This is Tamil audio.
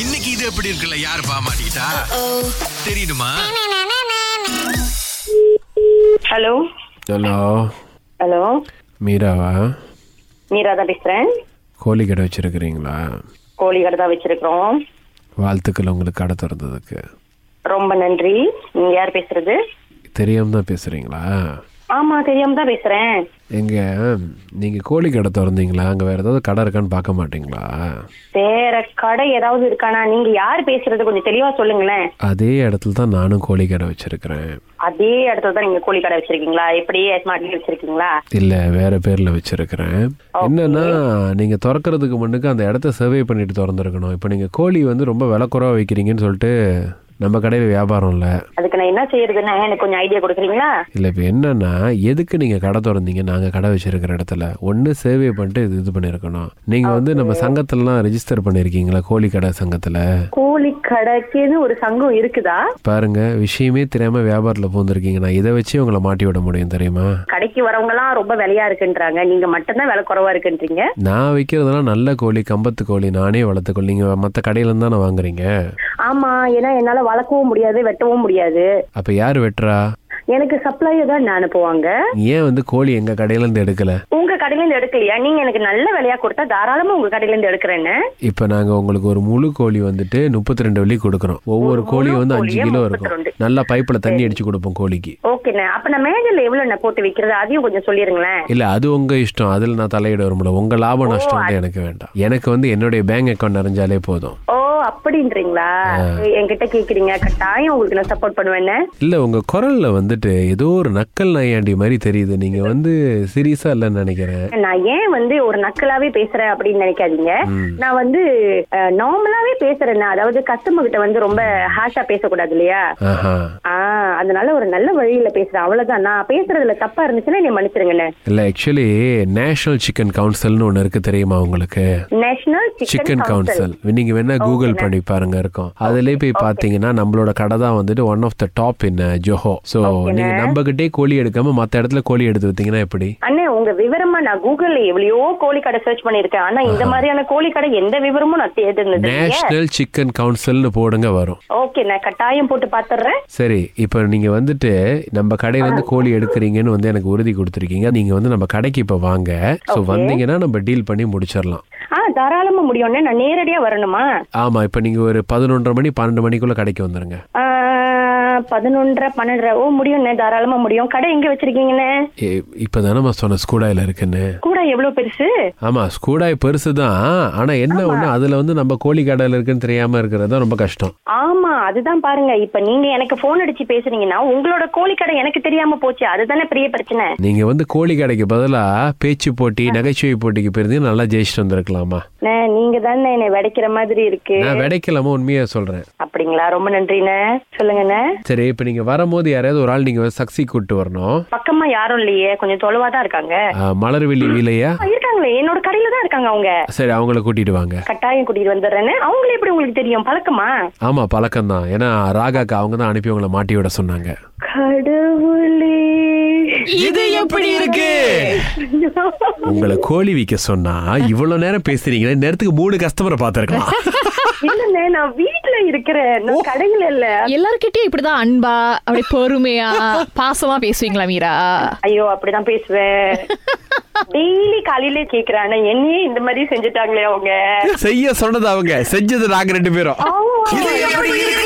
இன்னைக்கு இது எப்படி இருக்குல்ல யாரு பாமாட்டா தெரியுமா ஹலோ ஹலோ ஹலோ மீராவா மீரா தான் பேசுறேன் கோழி கடை வச்சிருக்கிறீங்களா கோழி கடை தான் வச்சிருக்கிறோம் வாழ்த்துக்கள் உங்களுக்கு கடை திறந்ததுக்கு ரொம்ப நன்றி நீங்க யார் பேசுறது தெரியாம தான் பேசுறீங்களா ஆமா தெரியாம தான் பேசுறேன் எங்க நீங்க கோழி கடை திறந்தீங்களா அங்க வேற ஏதாவது கடை இருக்கான்னு பார்க்க மாட்டீங்களா வேற கடை ஏதாவது இருக்கானா நீங்க யார் பேசுறது கொஞ்சம் தெளிவா சொல்லுங்களேன் அதே இடத்துல தான் நானும் கோழி கடை வச்சிருக்கிறேன் அதே இடத்துல தான் நீங்க கோழி கடை வச்சிருக்கீங்களா எப்படி ஸ்மார்ட் வச்சிருக்கீங்களா இல்ல வேற பேர்ல வச்சிருக்கிறேன் என்னன்னா நீங்க திறக்கிறதுக்கு முன்னுக்கு அந்த இடத்த சர்வே பண்ணிட்டு திறந்துருக்கணும் இப்போ நீங்க கோழி வந்து ரொம்ப விலை குறைவா வைக்கிறீங்கன்னு சொல்லிட்டு நம்ம கடையில் வியாபாரம் இல்லை அதுக்கு நான் என்ன செய்யறதுன்னா எனக்கு கொஞ்சம் ஐடியா கொடுக்குறீங்களா இல்லை இப்போ என்னன்னா எதுக்கு நீங்கள் கடை திறந்தீங்க நாங்கள் கடை வச்சிருக்கிற இடத்துல ஒன்று சேவை பண்ணிட்டு இது இது பண்ணியிருக்கணும் நீங்கள் வந்து நம்ம சங்கத்திலலாம் ரெஜிஸ்டர் பண்ணியிருக்கீங்களா கோழி கடை சங்கத்தில் கோழி கடைக்குன்னு ஒரு சங்கம் இருக்குதா பாருங்க விஷயமே தெரியாம வியாபாரத்தில் பூந்துருக்கீங்க நான் இதை வச்சு உங்களை மாட்டி விட முடியும் தெரியுமா கடைக்கு வரவங்க எல்லாம் ரொம்ப விலையா இருக்குன்றாங்க நீங்க மட்டும்தான் விலை குறைவா இருக்குன்றீங்க நான் விற்கிறதெல்லாம் நல்ல கோழி கம்பத்து கோழி நானே வளர்த்த கோழி நீங்கள் மற்ற கடையிலேருந்து தானே வாங்குறீங்க ஆமா ஏன்னா என்னால வளர்க்கவும் முடியாது வெட்டவும் முடியாது அப்போ யார் வெட்டுறா எனக்கு சப்ளையர் தான் நான் அனுப்புவாங்க ஏன் வந்து கோழி எங்கள் கடையிலேருந்து எடுக்கலை உங்க கடையில இருந்து எடுக்கலையா நீங்க எனக்கு நல்ல விலையா கொடுத்தா தாராளமா உங்க கடையில இருந்து எடுக்கிறேன்னு இப்போ நாங்கள் உங்களுக்கு ஒரு முழு கோழி வந்துட்டு முப்பத்தி ரெண்டு வெள்ளி கொடுக்குறோம் ஒவ்வொரு கோழியும் வந்து அஞ்சு கோழியே கிலோ இருக்கும் 32. நல்லா பைப்பில் தண்ணி அடிச்சு கொடுப்போம் கோழிக்கு ஓகேண்ணே அப்ப நான் மேஜர்ல எவ்வளவு நான் போட்டு விக்கிறது அதையும் கொஞ்சம் சொல்லிருங்களேன் இல்ல அது உங்க இஷ்டம் அதுல நான் தலையிட வரும்ல உங்க லாப நஷ்டம் வந்து எனக்கு வேண்டாம் எனக்கு வந்து என்னுடைய பேங்க் அக்கௌண்ட் நிறைஞ்சாலே போதும் ஓ அப்படின்றீங்களா என்கிட்ட கேக்குறீங்க கட்டாயம் உங்களுக்கு நான் சப்போர்ட் பண்ணுவேன்னு இல்ல உங்க குரல்ல வந்துட்டு ஏதோ ஒரு நக்கல் நையாண்டி மாதிரி தெரியுது நீங்க வந்து சீரியஸா இல்லைன்னு நினைக்கிறேன் நான் ஏன் வந்து ஒரு நக்கலாவே பேசுறேன் அப்படின்னு நினைக்காதீங்க நான் வந்து நார்மலாவே பேசுறேன்னா அதாவது கஸ்டமர் கிட்ட வந்து ரொம்ப ஹாஷா பேசக்கூடாது இல்லையா ஆஹா ஆஹ் அதனால ஒரு நல்ல வழியில பேசுறேன் அவ்வளவுதான் நான் பேசுறதுல தப்பா இருந்துச்சுன்னா நீ மன்னிச்சிருங்கண்ணே இல்ல ஆக்சுவலி நேஷனல் சிக்கன் கவுன்சில்னு ஒன்னு இருக்கு தெரியுமா உங்களுக்கு national chicken chicken council council நீங்க வேணா கூகுள் பண்ணி பாருங்க இருக்கும் அதுலயே போய் பாத்தீங்கன்னா நம்மளோட கடை தான் வந்துட்டு one of the top in Zoho so நீங்க நம்மகிட்டே கோழி எடுக்காம மத்த இடத்துல கோழி எடுத்து வித்தீங்கன்னா எப்படி அண்ணே உங்க விவரமா நான் கூகுள்ல எவ்வளையோ கோழி கடை சர்ச் பண்ணிருக்கேன் ஆனா இந்த மாதிரியான கோழி கடை எந்த விவரமும் நான் தேடுனது நேஷனல் சிக்கன் கவுன்சில்னு போடுங்க வரும் ஓகே நான் கட்டாயம் போட்டு பாத்துறேன் சரி இப்போ நீங்கள் வந்துட்டு நம்ம கடையிலேருந்து கோழி எடுக்கிறீங்கன்னு வந்து எனக்கு உறுதி கொடுத்துருக்கீங்க நீங்கள் வந்து நம்ம கடைக்கு இப்போ வாங்க ஸோ வந்தீங்கன்னா நம்ம டீல் பண்ணி முடிச்சிடலாம் ஆ தாராளமா முடியும்னே நான் நேரடியா வரணுமா ஆமாம் இப்போ நீங்கள் ஒரு பதினொன்றரை மணி பன்னெண்டு மணிக்குள்ளே கடைக்கு வந்துடுங்க பதினொன்றரை பன்னெண்டரை ஓ முடியும்ண்ணே தாராளமா முடியும் கடை எங்க வச்சிருக்கீங்கண்ணே இப்போ தானே சொன்ன ஸ்கூடாயில் இருக்குன்னு கூட எவ்வளவு பெருசு ஆமாம் ஸ்கூடாய் பெருசு தான் ஆனால் என்ன ஒன்று அதில் வந்து நம்ம கோழி கடையில் இருக்குன்னு தெரியாமல் இருக்கிறது தான் ரொம்ப கஷ்டம் ஆமா அதுதான் பாருங்க இப்ப நீங்க எனக்கு போன் அடிச்சு பேசுனீங்கன்னா உங்களோட கோழி கடை எனக்கு தெரியாம போச்சு அதுதானே பெரிய பிரச்சனை நீங்கள் வந்து கோழி கடைக்கு பதிலாக பேச்சு போட்டி நகைச்சுவை போட்டிக்கு போயிருந்தீங்கன்னா நல்லா ஜெயிச்சுட்டு வந்திருக்கலாமா அண்ணே, நீங்க தானே என்னை விடைக்கிற மாதிரி இருக்கு நான் விடைக்கலாமா உண்மையாக சொல்கிறேன் அப்படிங்களா ரொம்ப நன்றிண்ணே சொல்லுங்கண்ணே சரி இப்போ நீங்கள் வரும்போது யாரையாவது ஒரு ஆள் நீங்கள் சக்சி கூப்பிட்டு வரணும் பக்கமா யாரும் இல்லையே கொஞ்சம் தொலைவா தான் இருக்காங்க ஆ, மலர்விழி வீலையா ஆ, இருக்காங்களே என்னோட கடையில தான் இருக்காங்க அவங்க சரி அவங்கள கூட்டிட்டு வாங்க கட்டாயம் கூட்டிட்டு வந்துடுறேன்னு அவங்களே எப்படி உங்களுக்கு தெரியும் பழக்கமா ஆமா பழக்கம் தான் ஏன்னா ராகாக்கு அவங்க தான் அனுப்பி உங்களை மாட்டி விட சொன்னாங்க கடவுளே இது எப்படி இருக்கு உங்களை கோழி விற்க சொன்னா இவ்வளவு நேரம் பேசுறீங்களே நேரத்துக்கு மூணு கஸ்டமரை பார்த்துருக்கலாம் இல்லண்ணே நான் வீட்டுல இருக்கிறேன் நான் கடையில இல்ல எல்லார்கிட்டயும் இப்படிதான் அன்பா அப்படியே பொறுமையா பாசமா பேசுவீங்களா மீரா ஐயோ அப்படிதான் பேசுவேன் டெய்லி காலையில கேக்குறானே என்னையே இந்த மாதிரி செஞ்சுட்டாங்களே அவங்க செய்ய சொன்னது அவங்க செஞ்சது நாங்க ரெண்டு பேரும் ஆமா. இது எப்படி இருக்கு